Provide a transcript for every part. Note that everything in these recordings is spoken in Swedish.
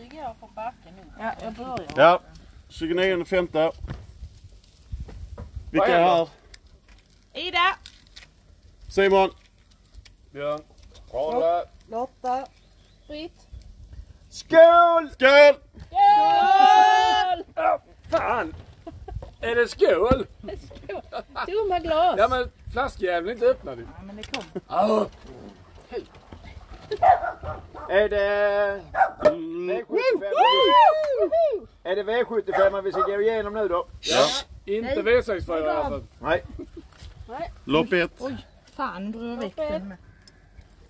ligger jag på backen nu. Ja, jag börjar. Ja, 29 femte. Vilka är här? Ida! Simon, Björn. Karla. Lotta. Britt! Skål! skål! Skål! Fan! Är det skål? Tomma glas! Ja men flaskjäveln är inte öppnad. Nej, men det kom. Au! Är det Mm. V75? Är det V75 vi ska gå igenom nu då? Ja. Inte V64 alltså. i alla fall. Nej. Lopp ett. Fan, bror väck den med.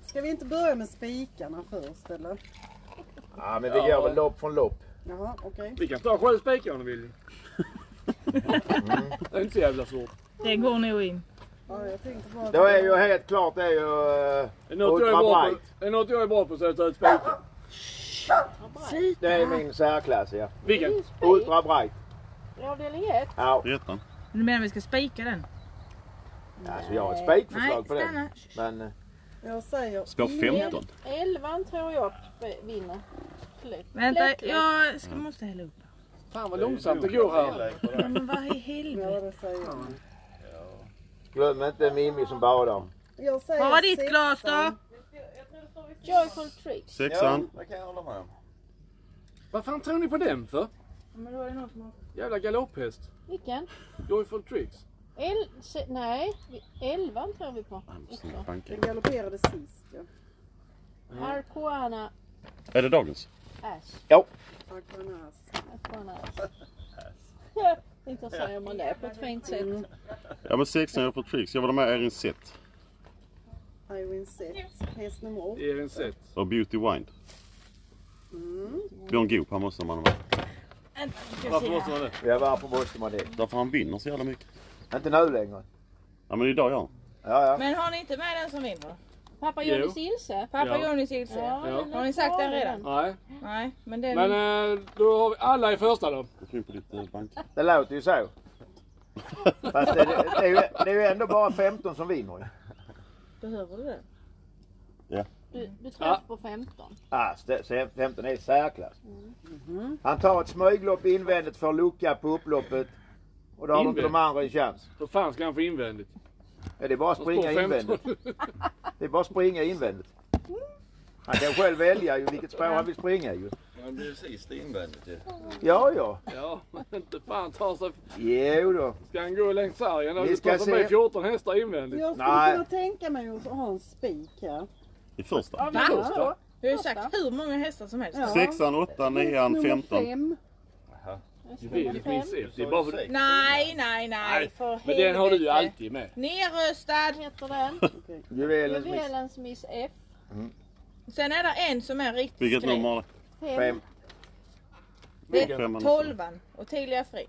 Ska vi inte börja med spikarna först eller? Ja men vi går väl lopp från lopp. Jaha, okej. Vi kan ta sju spikar om du vill. Det är inte så jävla svårt. Det går nog in. Ja, jag tänkte bara... Då är ju helt klart det är ju eh, Det är något jag är bra på. Bright. Det är något jag är bra på så är det att ta ut spikar. Det är min särklass ja. Vilken? Ultra Bright. I avdelning 1. Ja. Ettan. Du menar vi ska spika den? Alltså jag har ett spikförslag på den. stanna. Men eh, Jag säger... Spår 15. 11 tror jag b- vinner. Lätt- lätt, Vänta, lätt. jag ska, måste hälla upp. Fan vad långsamt det går här. Ja, Men vad i Ja, helvete? det säger jag. glöm inte Mimmi som badar. Jag säger Vad var ditt glas sexan. då? Joyful tricks. Sexan. det kan jag hålla med om. Vad fan tror ni på den för? Men då är det någon som har... Jävla galopphäst. Vilken? Joyful tricks. El, se, nej, 11 tror vi på. också. Banken. Den galopperade sist ja. Arcoana Är det dagens? Mm. Ash. Arkanas. Arcoana Ash. Ja, Inte säger man det på ett fint sätt. Mm. Ja men sexan jag har fått tricks. Jag var med Erin Sett Irene Set. Häst nummer åtta. Är en set. och Beauty Wind. Mm. Björn Goop han måste man ha med. Vänta, vi ska Varför se måste här. man det? Ja varför måste man det? Därför han vinner så jävla mycket. Inte nu längre. Ja men idag ja. Ja ja. Men har ni inte med den som vinner? Pappa Jo. Johnny Silse. Pappa Ja. Johnnys Ilse? Ja. den är Har ni sagt kvar, den redan? Nej. Nej, men den... Men eh, då har vi alla i första då. Jag tror på ditt eh, bank. Det låter ju så. Fast det, det, är ju, det är ju ändå bara 15 som vinner ju. Behöver du den? Du, du tror Ja. på 15. Ah, st- se- 15 är särklass. Han tar ett smyglopp invändigt för att lucka på upploppet. Och då har inte de Invändigt? andra en chans. Hur fan ska han få invändigt? Ja, det är bara att Han springa står 15. invändigt. Det är bara att springa invändigt. Han kan själv välja ju vilket spår han vill springa ju. Man blir sist invändigt ju. Ja, ja. Ja, men inte fan tar sig... Jo då. Ska han gå längs sargen? Vi Vi ska ska se. med 14 hästar invändigt. Jag skulle Nej. kunna tänka mig att ha en spik här. I första. Va? Första. Du har ju sagt hur många hästar som helst. Ja. Sexan, åttan, nian, Nummer femton. fem. Det är det finns ett. Det är bara för dig. Nej, nej, nej. För Men den har du ju helvete. alltid med. Nerröstad. Heter den? Juvelens miss. Juvelens Miss F. Sen är det en som är riktigt Vilket skräp. nummer är det? Fem. Det Vilken? Femman är alltså? också. tolvan och Tilia Fri.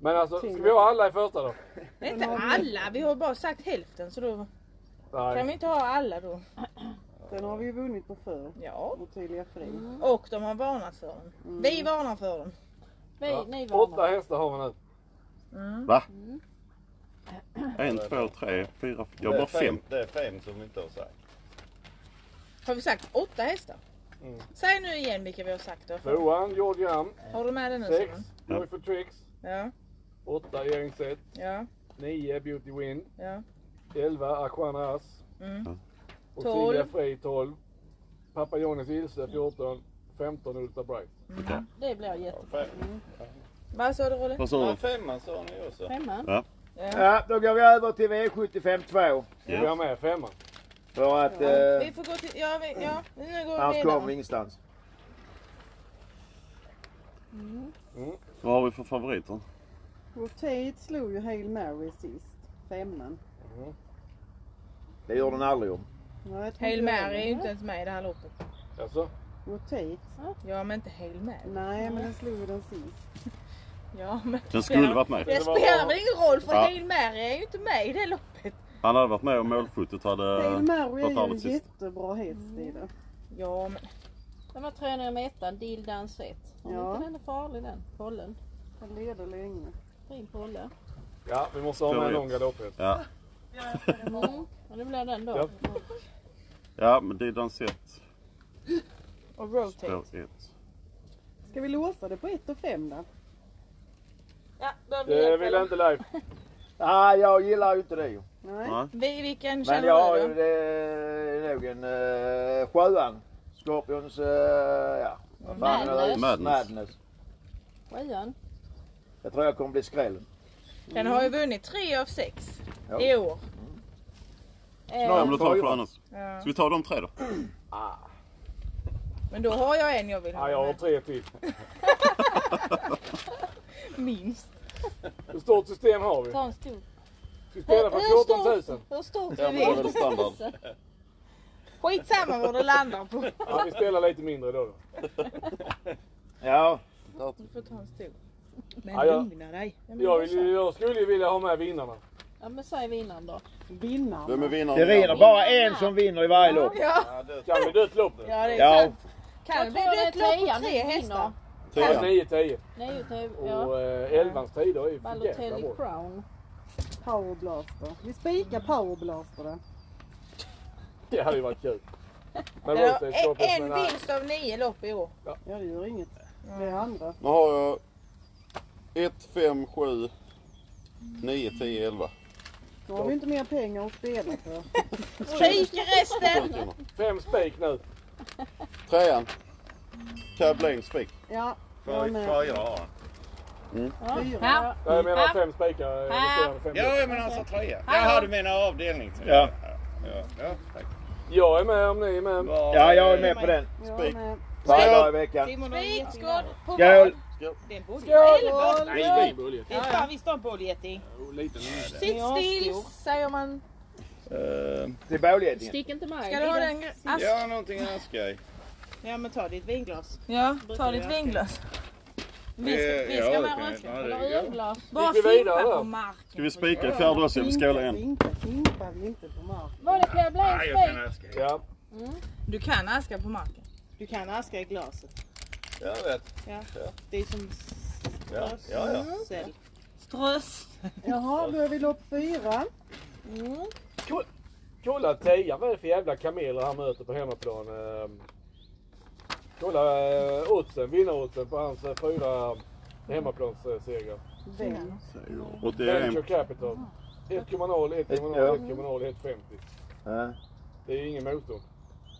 Men alltså, ska vi ha alla i första då? Det är inte alla, vi har bara sagt hälften så då kan vi Nej. inte ha alla då. Den har vi ju vunnit på förr. Ja. Ottilia Fri. Och de har varnat för den. Vi varnar för den. Vi, ni Åtta vann. hästar har vi nu. Va? En, två, tre, fyra, jag har bara fem. Det är fem som vi inte har sagt. Har vi sagt åtta hästar? Säg nu igen vilka vi har sagt då. Tvåan, George Gram. Har du med den nu Sex, Simon? Joy for Tricks. Ja, Åtta, Earing Set. ja, Nio, Beauty Win. ja. 11 Aquana Ass. Mm. Och Tolv. Silja Frey 12. Pappa Johnnys Ilse 14. 15 Ultra Bright. Det blir jättebra. Fem. Mm. Vad sa du Rolle? Vad sa Ja, du? femman sa ni också. Femman. Ja. Ja, då går vi över till V75 2. Yes. Vi har med femman. För att eh, Vi får gå till... Ja, vi, ja nu går vi annars kommer vi vidare. ingenstans. Vad har vi för favoriter? Rotate slog ju Hail Mary sist. Femman. Det gör den aldrig om. Ja, jag tror Hail inte jag Mary är har ju inte ens med i det här loppet. Alltså, Rotate? Ja, men inte Hail Mary. Nej, men den slog ju den sist. Ja, men Den skulle varit med. Det spelar väl ingen roll för Ja. Hail Mary är ju inte med i det loppet. Han hade varit med om målskyttet hade Hail Mary varit är ju en alldeles sist. jättebra häst i det. Ja, men Den var tränare med ettan, Dildan Set. Ja. Ja. Den är farlig den. Pollen. Den leder länge. Fin pollen. ja vi måste ha med Favorit. någon galopphäst. Ja. Mm. Och det blir den då. Ja. ja, men det är dans ett, och Rotate. spår ett. Ska vi låsa det på 1 och 5 då? Ja, då vill Det jag vill fråga. Eh, inte Leif. Nej, Ah, jag gillar ju inte det ju. Nej. Nej. Vi, vilken Men känner jag har du ju då? det är nog en eh, sjuan. Scorpions, eh, ja. vad fan är det? Madness. Madness. Sjuan. Jag tror jag kommer bli skrällen. Den har ju vunnit tre av sex Ja. i år. Ja, Eh, Snart. men då tar vi för annars. Ja. Ska vi ta de tre då? Men då har jag en jag vill ha Nej, jag har med. tre till. Minst. Hur stort system har vi? Ta en stor. Vi spelar för 14 000. Hur stort Ja, är men det är väl det? standard. Skitsamma vad det landar på. Ja, vi spelar lite mindre då. då. Ja, Du får ta en stor. Men Ja, jag- lugna dig. Ja, men Jag, då så. vill, jag skulle ju vilja ha med vinnarna. Ja men säg vinnaren då. Vinnarna. Vem är vinnaren? det rinner bara en som vinner i varje lopp. Ja, Ja, det, Kan vi dött lopp nu? ja det är Ja. sant. Kan det Jag bli tror det är dött lopp på trean tre som vinner. hästar? Ja, Trean. 9-10. Nej, det- ja. Och eh, elvans tider är ju för jävla Balotelli bra. Crown. Powerblaster. Vi spikar powerblaster då. Det hade ju varit kul. Men Den Rose har är en- skapad en med vinst av nio lopp i år. Ja, det gör inget. Det är andra. Nu har jag 1, 5, 7, 9, 10, 11. Då har vi inte mer pengar att spela för. Spik resten! Fem spik nu. Trean. Cablain Spik. Ja, får jag jag med. får jag ha en? Fyra. Nej, Jag menar fem spikar. eh, resterande fem lopp. Ja, men han sa trea. Jaha, du menar avdelning? tror Ja. jag. Ja, ja, tack. Jag är med om ni är med. Var- Ja, jag är med på den. Jag med. Varje dag i veckan. Spik, skål! På Skål! Den Skål! Skål! Nej, spikbullet. Det är fan visst en bollgeting. Sitt still, säger man. Eh, Till bålgetingen. Stick inte med. Ska du ha den? Ask? Ja, någonting jag önskar. Ja men ta ditt vinglas. Ja, ta ditt vinglas. Vi Eh, ska, vi ska med rödvin. Bara Gick vi vidare fimpa då? på marken. Ska vi spika i fjärde också? Vi skålar Finka, igen. finka, finka vi inte på marken. Var det Pierre Blaine Nej, jag kan Spik? önska. Ja. Du kan aska på marken. Du kan aska i glaset. Jag vet. Det är som Ja, ja, ja. strösel. Strös. Jaha, då är vi lopp fyra. Kolla tian, vad är det för jävla kameler han möter på hemmaplan? Eh, Kolla eh, oddsen, vinnaroddsen på hans eh, fyra hemmaplansseger. Vem? Och det är Venture en... Capital. 1,0, 1,0, 1,0, 1,50. Ja. Mm. Det är ju ingen motor.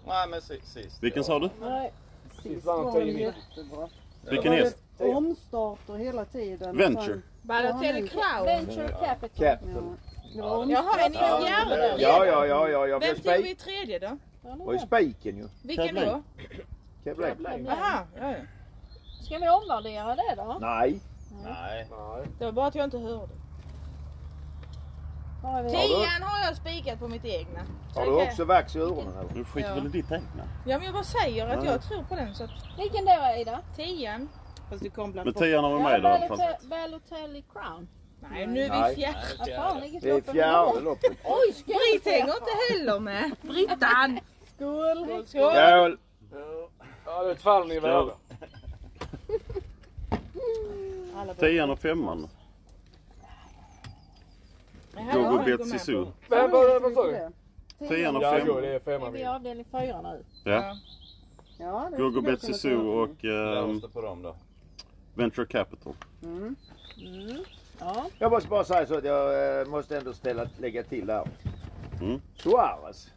Nej, men si- sist. Vilken sa du? Nej, Sist sist vann var det tio. jättebra. Vilken häst? Det var Omstarter hela tiden. Venture. Balotelli Crown. Venture Capital. Capital. Det var Jag har en i omstarter. fjärde. Ja, ja, ja, ja. Jag blev Vem tog vi i spik. tredje då? Ja, nu Och i då. spiken ju. Vilken då? Cablain. Pierre Blaine. Aha, ja, ja. Ska vi omvärdera det då? Nej. Ehm. Nej. Nej. Det var bara att jag inte hörde. Har vi- Tian har jag spikat på mitt egna. Har du Okej. också vax i öronen eller? Du skiter väl i ditt egna? Ja, men jag bara säger att Ja. jag tror på den så att Vilken då Ida? tian. Fast du kom bland Men tian har vi med där i alla fall. Balotelli- Balotelli Crown. Nej, nu är vi Nej. fjärde. Vad fan, vilket Det är lopp det var. fjärde loppet. Oj, ska Britt hänger inte heller med. Brittan! Skål! Skål! Skål! Ja, det är ett fall ni är värda. Trean och femman. Gogo Betsy Zoo. Men vad vad sa du? Trean och Ja, jo, det femman. är är femman. vi i avdelning fyra nu? Ja. Ja, det Gogo skulle jag Betsy kunna Zoo ta upp. och Jag ehm, röstar på dem då. Venture Capital. Ja, Jag måste bara säga så att jag eh, måste ändå ställa, lägga till där. Mm. Suarez.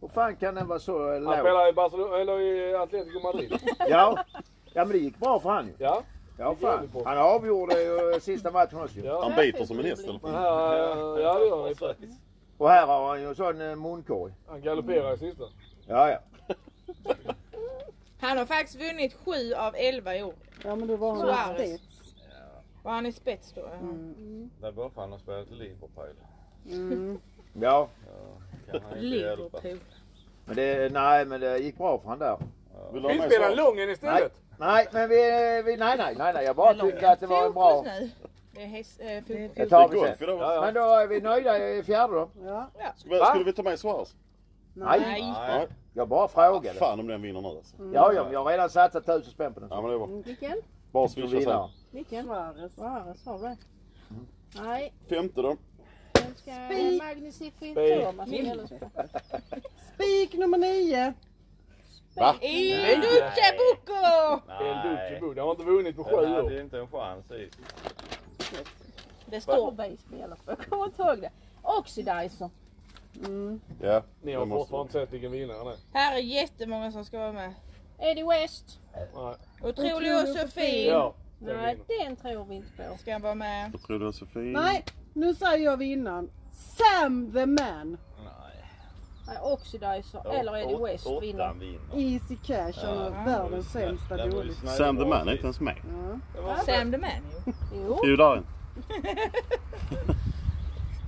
Hur fan kan den vara så eh, Han låg? spelar i Barcelona, eller i Atletico Madrid. Ja. ja, men det gick bra för han ju. Ja, Ja, Det gjorde fan. det bra. Han avgjorde ju eh, sista matchen också ju. ja. Han biter som en häst eller? Men här, eh, ja det gör han ju precis. Och här har han ju en sån eh, munkorg. Han galopperar i sista. Ja, ja. Han har faktiskt vunnit sju av elva i år. ja men då var han Suarez. spets. Och han är spets då. Mm. ja. Där borta han har spelat i Liverpool. Mm. Ja, Kan han inte hjälpa. Liverpool. men det, nej, men det gick bra för han där. Vill du ha Vi med spelar Suarez? Lången istället. Nej, men vi, eh, vi nej, nej, nej, nej. Jag bara tyckte att det var en bra... Fokus nu. Det är häst, eh, fotboll. Det Det tar är vi golf sen. idag. Men då är vi nöjda i fjärde då. Ja, Skulle skulle vi ta med Suarez? Nej, Nej. Nej. jag bara frågade. Fan om den vinner nu alltså. Ja, ja, men jag har redan satsat tusen spänn på den. Ja men det är bra. Vilken? Bara Som swisha vinnare. sen. Vilken? Suarez. Suarez har vi. Mm. Nej, Femte då. den ska Spik. Magnificentorna Spik. som gäller. Mm. Spik nummer nio. Va? I Duce Bucco! El Nej, Ducebo. De har inte vunnit på sju den hade år. ju inte en chans i. Det står... Stårbase i alla fall. Jag kommer inte ihåg det. Oxidizer. Ja, Ni har det måste fortfarande vi. inte sett vilken vinnare det Här är jättemånga som ska vara med. Eddie West. är. Nej. Otrolig och så fin. Ja. den Nej, vinner. den tror vi inte på. Ska vara med. Jag tror det var Sofie. Nej, nu säger jag vinnaren. Sam the man. Nej. Nej, Oxidizer eller Eddie Åt- West vinner. Åttan vinner. Easy cash. Han har världens sämsta Den var ju dåligt. snäll Sam the bra Man är sist. inte ens med. Ja. Sam the Man ju. Jo. Jo, där är den.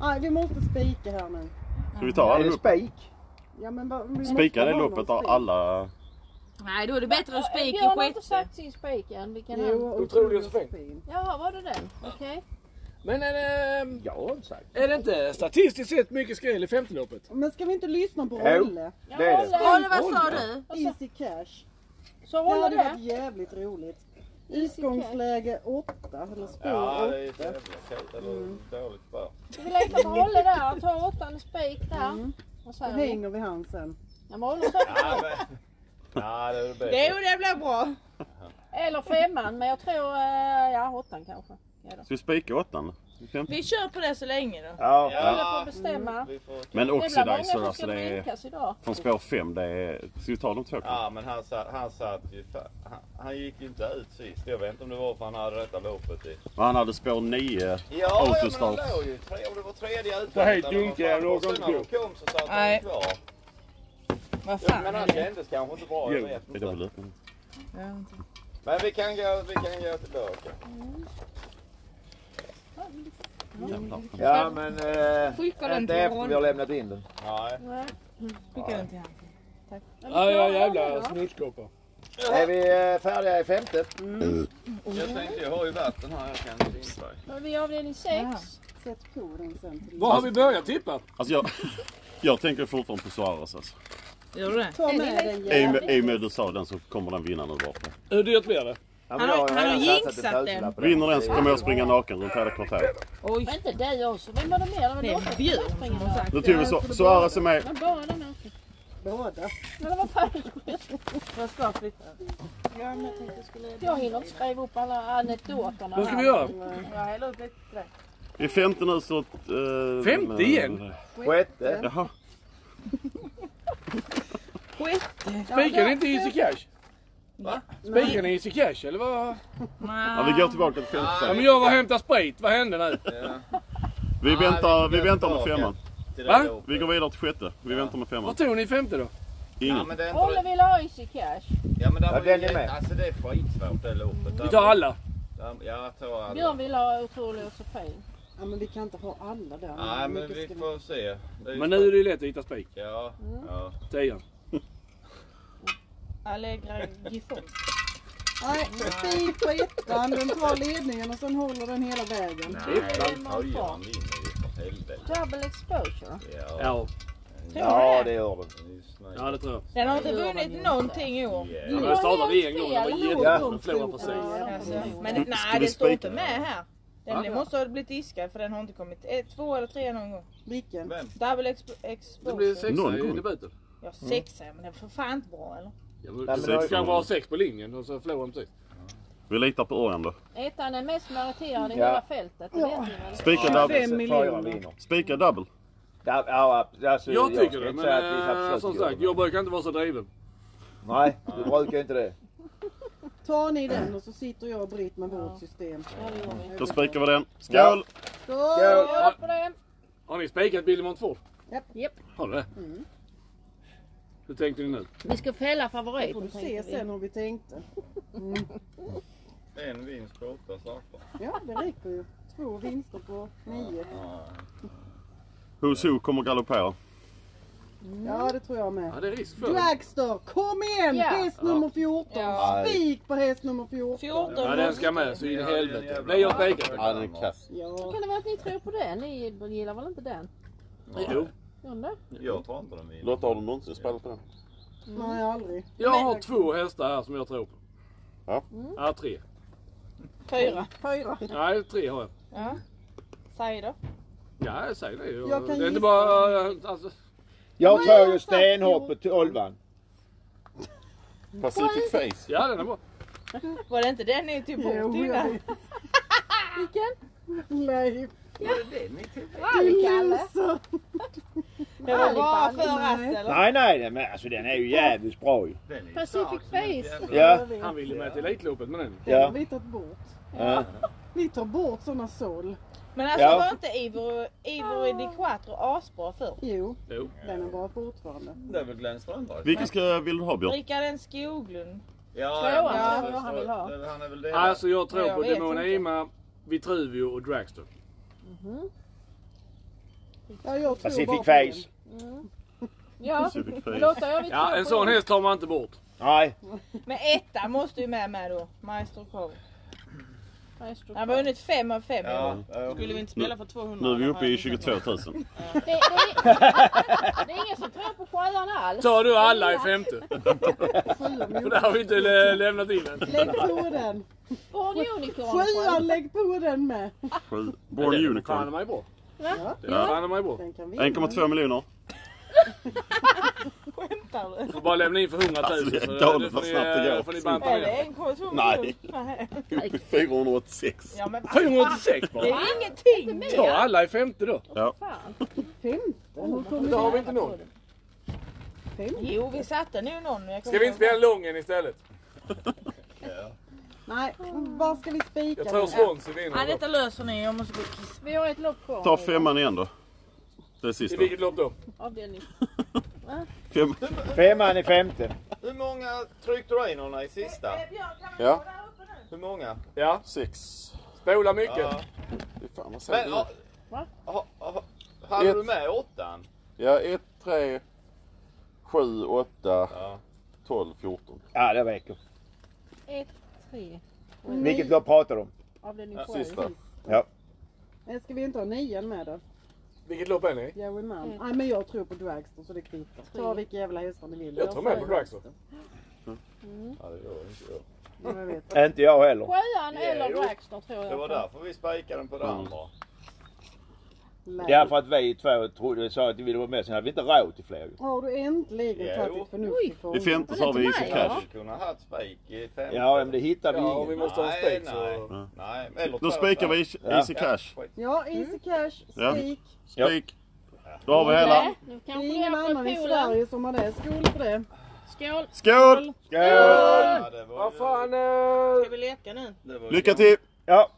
Nej, vi måste spika här nu. Ska vi ta Är det allihop? spik? Ja, men bara- vi måste Spika det ha någon loppet av spik. alla... Nej, då är det bättre att spika Björn har i inte sjätte. sagt sin spik än. Vilken han... Jo, Otrolig otroligt respekt. fin. Jaha, var det den? Okej. Men är det, Jag har inte sagt. är det inte statistiskt sett mycket skräll i femte loppet? Men ska vi inte lyssna på Jo. Rolle? Ja, Det är det. Rolle. Rolle, vad sa du? Easy cash. Så Det Alltså, håller hade varit det. jävligt roligt. Easy cash. Utgångsläge 8 eller spår Ja, 8. det är ett jävla kul. Mm. Eller dåligt spår. Vi letar med Rolle där och tar åttan spik där. Vad Då säger du? hänger vi han sen. Ja, men Rolle säger- Nej, men- Nej, det är det Det, bästa. det blir bra. Eller femman, men jag tror... eh, Ja, åttan kanske. Ska vi spika åttan? Vi kör på det så länge då. Ja. Rolle får Ja, bestämma. vi får... Men Det är bland många Oxidizer som alltså ska det är... drickas idag. Från spår 5 det är... Ska vi ta de två? kanske? Ja, men han satt, han satt ju... fa- Han, han gick ju inte ut sist. Jag vet inte om det var för han hade detta loppet i. Han hade spår 9. Ja, ja men han Autostart. låg ju tre, om det var tredje utan. Så helt dunkig är någon Sen när de grupp. kom så satt han Nej. kvar. Vad Jo, fan men är han det? kändes kanske inte bra, jag Jo, vet det var väl inte. det. Men vi kan gå, vi kan gå tillbaka. Jävlar. Ja men eh, Skicka den inte till efter vi har honom. lämnat in den. Nej. Nej. Skicka den till honom. Ja, alltså. ja jävla snuskkoppar. Är vi eh, färdiga i femte? Jag tänkte jag har ju vatten här, jag kan inte dricka. Då är vi i avdelning Ja. sex. Sätt på den sen. till- Vad har vi börjat tippa? Alltså jag... Jag tänker fortfarande på Suarez alltså. Gör du det? Ta med den I och jävla. med- i och med du sa den så kommer den vinna nu bara. Hur dyrt blir det? Ja, Han men har- jag han har redan satsat jinxat en den. tusenlapp på Vinner den så kommer jag springa naken runt hela kvarteret. Men inte dig också. Vem var det mer? Det var Det Lotta som är Björn sprang som där. har sagt. Då tog vi Su- Suarez är med. Men bara den här. Båda. Men vad fan. Jag ska flytta. Ja, men jag tänkte jag skulle... Jag hinner inte skriva upp alla anekdoterna. Vad ska vi här. göra? Jag häller upp lite till dig. Vi är femte nu så... eh, Femte igen? den. Sjätte. Jaha. Spikar ni inte Easy Cash? Va? Spikar ni Easy Cash eller vad? Ja, vi går tillbaka till femte Ja, men sen. jag var och hämtade sprit, vad hände nu? Vi väntar, Nej, vi vi går väntar med tillbaka. femman. Till Va? det loppet. Vi går vidare till sjätte. Vi väntar med femman. Vad tog ni femte då? Ja Ingen. men det är Olle inte... vill ha Easy Cash. Ja men där Ja, var den ju är med. jätte- Alltså det är skitsvårt det loppet. Vi tar alla. Ja, jag tar Björn alla. vill ha otrolig och Sofie. Ja, men vi kan inte ha alla där. Nej Hur men mycket vi ska får se. Det ju Men nu Mm. är det ju lätt att hitta spik. Ja, ja. Tian. Allegra Gifon. Nej, spik på ettan. Den tar ledningen och sen håller den hela vägen. Nej, är man Öjan bra. vinner ju för helvete. Double exposure. Ja, Ja, Ja det gör den. det är ju snyggt. ja det tror jag. Den har inte vunnit någonting i år. Yeah. Ja, men det startade vi en gång, det var jättebra. Den förlorade precis. Alltså, Mm. men Ska vi nej, det står spika inte den? med här. Den Va? den måste ha blivit diskad för den har inte kommit. Eh, två eller tre någon gång. Vilken? Vem? Double exp- Det blir exposure. sexa Någon i gång. debuten. Ja, sexa, men den är för fan inte bra eller? Ja, men men det var Du ju- kan bara ha sex på linjen och så förlorar de precis. Vi litar på Örjan då. Ettan är mest meriterad i Ja. hela fältet. Det vet ni väl? Spika double. Fem Fyra miljoner. vinner. Spika double. Ja, ja, alltså, Jag tycker ska det, inte men säga att vi eh, absolut som gör sagt, det. jag brukar inte vara så driven. Nej, du brukar inte det. Tar ni den och så sitter jag och Britt med vårt system. Ja, det gör vi. Då spikar vi den. Skål! Skål! Skål på det. Har ni spikat Billy Montfort? Japp. Japp. Har du det? Hur tänkte ni nu? Vi ska fälla Får favoriten. du se tänkte vi. sen hur vi tänkte. En vinst på åtta starter. Ja, det räcker ju. Två vinster på nio. Who's Who kommer galoppera. Mm. Ja, det tror jag Ja, med. det är risk för det. Dragster, kom igen! Ja. Häst nummer 14. Ja. Spik på häst nummer 14. 14 Ja, den ska med så in i helvete. Nej, jag spikar den. det är kass. Hur Ja. kan det vara att ni tror på den? Ni gillar väl inte den? Jo. Undrar. Jag tror inte den vinner. Lotta, har du någonsin spelat på den? Nej, aldrig. Jag har två hästar här som jag tror på. Ja. Ja, tre. Fyra. Fyra. Nej, tre har jag. Ja. Säg då. Ja, jag säger det. Jag Jag, kan det är inte gissa. bara... Alltså, Jag jag tar har ju sagt stenhårt på tolvan. Pacific Face. Ja, den är bra. Var det inte den ni tog bort Jo, jag innan? vet. Vilken? Leif, du Vargkalle? loser. Det var bara för att Nej. eller? Nej, nej, den, men alltså den är ju jävligt bra ju. Den är ju Pacific stark som ett Face. jävla- Ja. Han ville med till Elitloppet med den. Det har Ja. vi tagit bort. ja. Ni tar bort såna sol. Men alltså Ja. var inte Ivory, Ivory di Quattro asbra förr? Jo, Jo. den är bra fortfarande. Det är väl Glenn Strömberg? Vilken ska, vill du ha Björn? Rickard en Skoglund. Ja, Tvåan, ja, men ja, det är han vill ha. väl- Han är väl det. Alltså jag tror Ja, jag på vet Demona inte. Ima, Vitruvio och Dragster. Ja, jag tror bara på Pacific den. Face. Ja, Pacific Face. Lotta jag vill tro Ja, en på sån den. häst tar man inte bort. Nej. Men etta måste ju med mig då. Maestro Crow. Maestro Han har vunnit fem av fem i år. Ja, ja. Skulle vi inte spela för 200? Nu är vi eller uppe har i jag 22 missat 000. Det, det, är, det är ingen som tror på sjöarna alls. Tar du alla i femte? För där har vi inte lä- lämnat in än. Lägg på den. Born Unicorn. Sjuan, lägg på den med. Sju. Born Fan, Unicorn. de är bra. Va? Det är fan de är bra. Den kan vinna. 1,2 miljoner. Skämtar du? Får bara lämna in för 100 000. Alltså, det är så galet får vad ni, snabbt det eh, går. får ni banta Mm. Är det ner. 1,2 Nej. Upp i 486. Ja men vad fan. 486 bara. Det är ingenting. Ta alla i femte då. Fan. Femton? Hur kommer Då det? har vi inte någon. Femton? Jo vi satte nu någon. Jag Ska vi inte spela Lången istället? Nej, vad ska vi spika? Jag tror nu? Swansea Nej vinner. detta löser ni. Jag måste gå och kissa. Vi har ett lopp kvar. Ta nu, femman igen då. Det är I sista. vilket lopp då? Avdelning. Fem. Femman i femte. Hur många tryckte Rainorna i sista? Ja. Hur många? Ja, Sex. spola mycket. Ja. Fy fan vad Men, säger ha, du? Va? ha, ha, hade Ett. du med åttan? Ja, ett, tre, sju, åtta, Ja. tolv, fjorton. Ja, det räcker. Ett, tre. Vilket lopp pratar du om? Avdelning Ja, sju. Sista. Nej, Ska vi inte ha nian med då? Vilket lopp är ni? Joey Mann. Nej men jag tror på Dragster så det kvittar. Ta vilka jävla hästar ni vill. Jag tar med på Dragster. Ja, det gör inte jag. Ja, jag vet. Inte jag heller. Sjöan Ja, eller jo. Dragster tror jag. Det var därför vi spikade den på det Mm. andra. Lär. Ja, för att vi två trodde, sa att vi ville vara med, sen hade vi inte råd till fler. ju. Har du äntligen Ja, tagit jo. ett förnuftigt I fånge? femte så har vi Easy Vi Cash. hade kunnat haft spik i fem. Ja, men det hittade vi Ja, och vi ingen. måste ha en Nej, spik så... nej. Nej, eller Då två, spikar två. vi Ja. Easy Cash. Ja, skit. Ja, Easy Cash, Ja. Spik. Ja. Spik. Då har vi hela. Nej, Nu Det kanske är vi ingen har annan i fått polen. Sverige som har det. Skål för det. Skål. Skål! Skål! Ja, det var Vad ju- fan... eh, Ska vi leka nu? det var ju- Lycka till! Ja,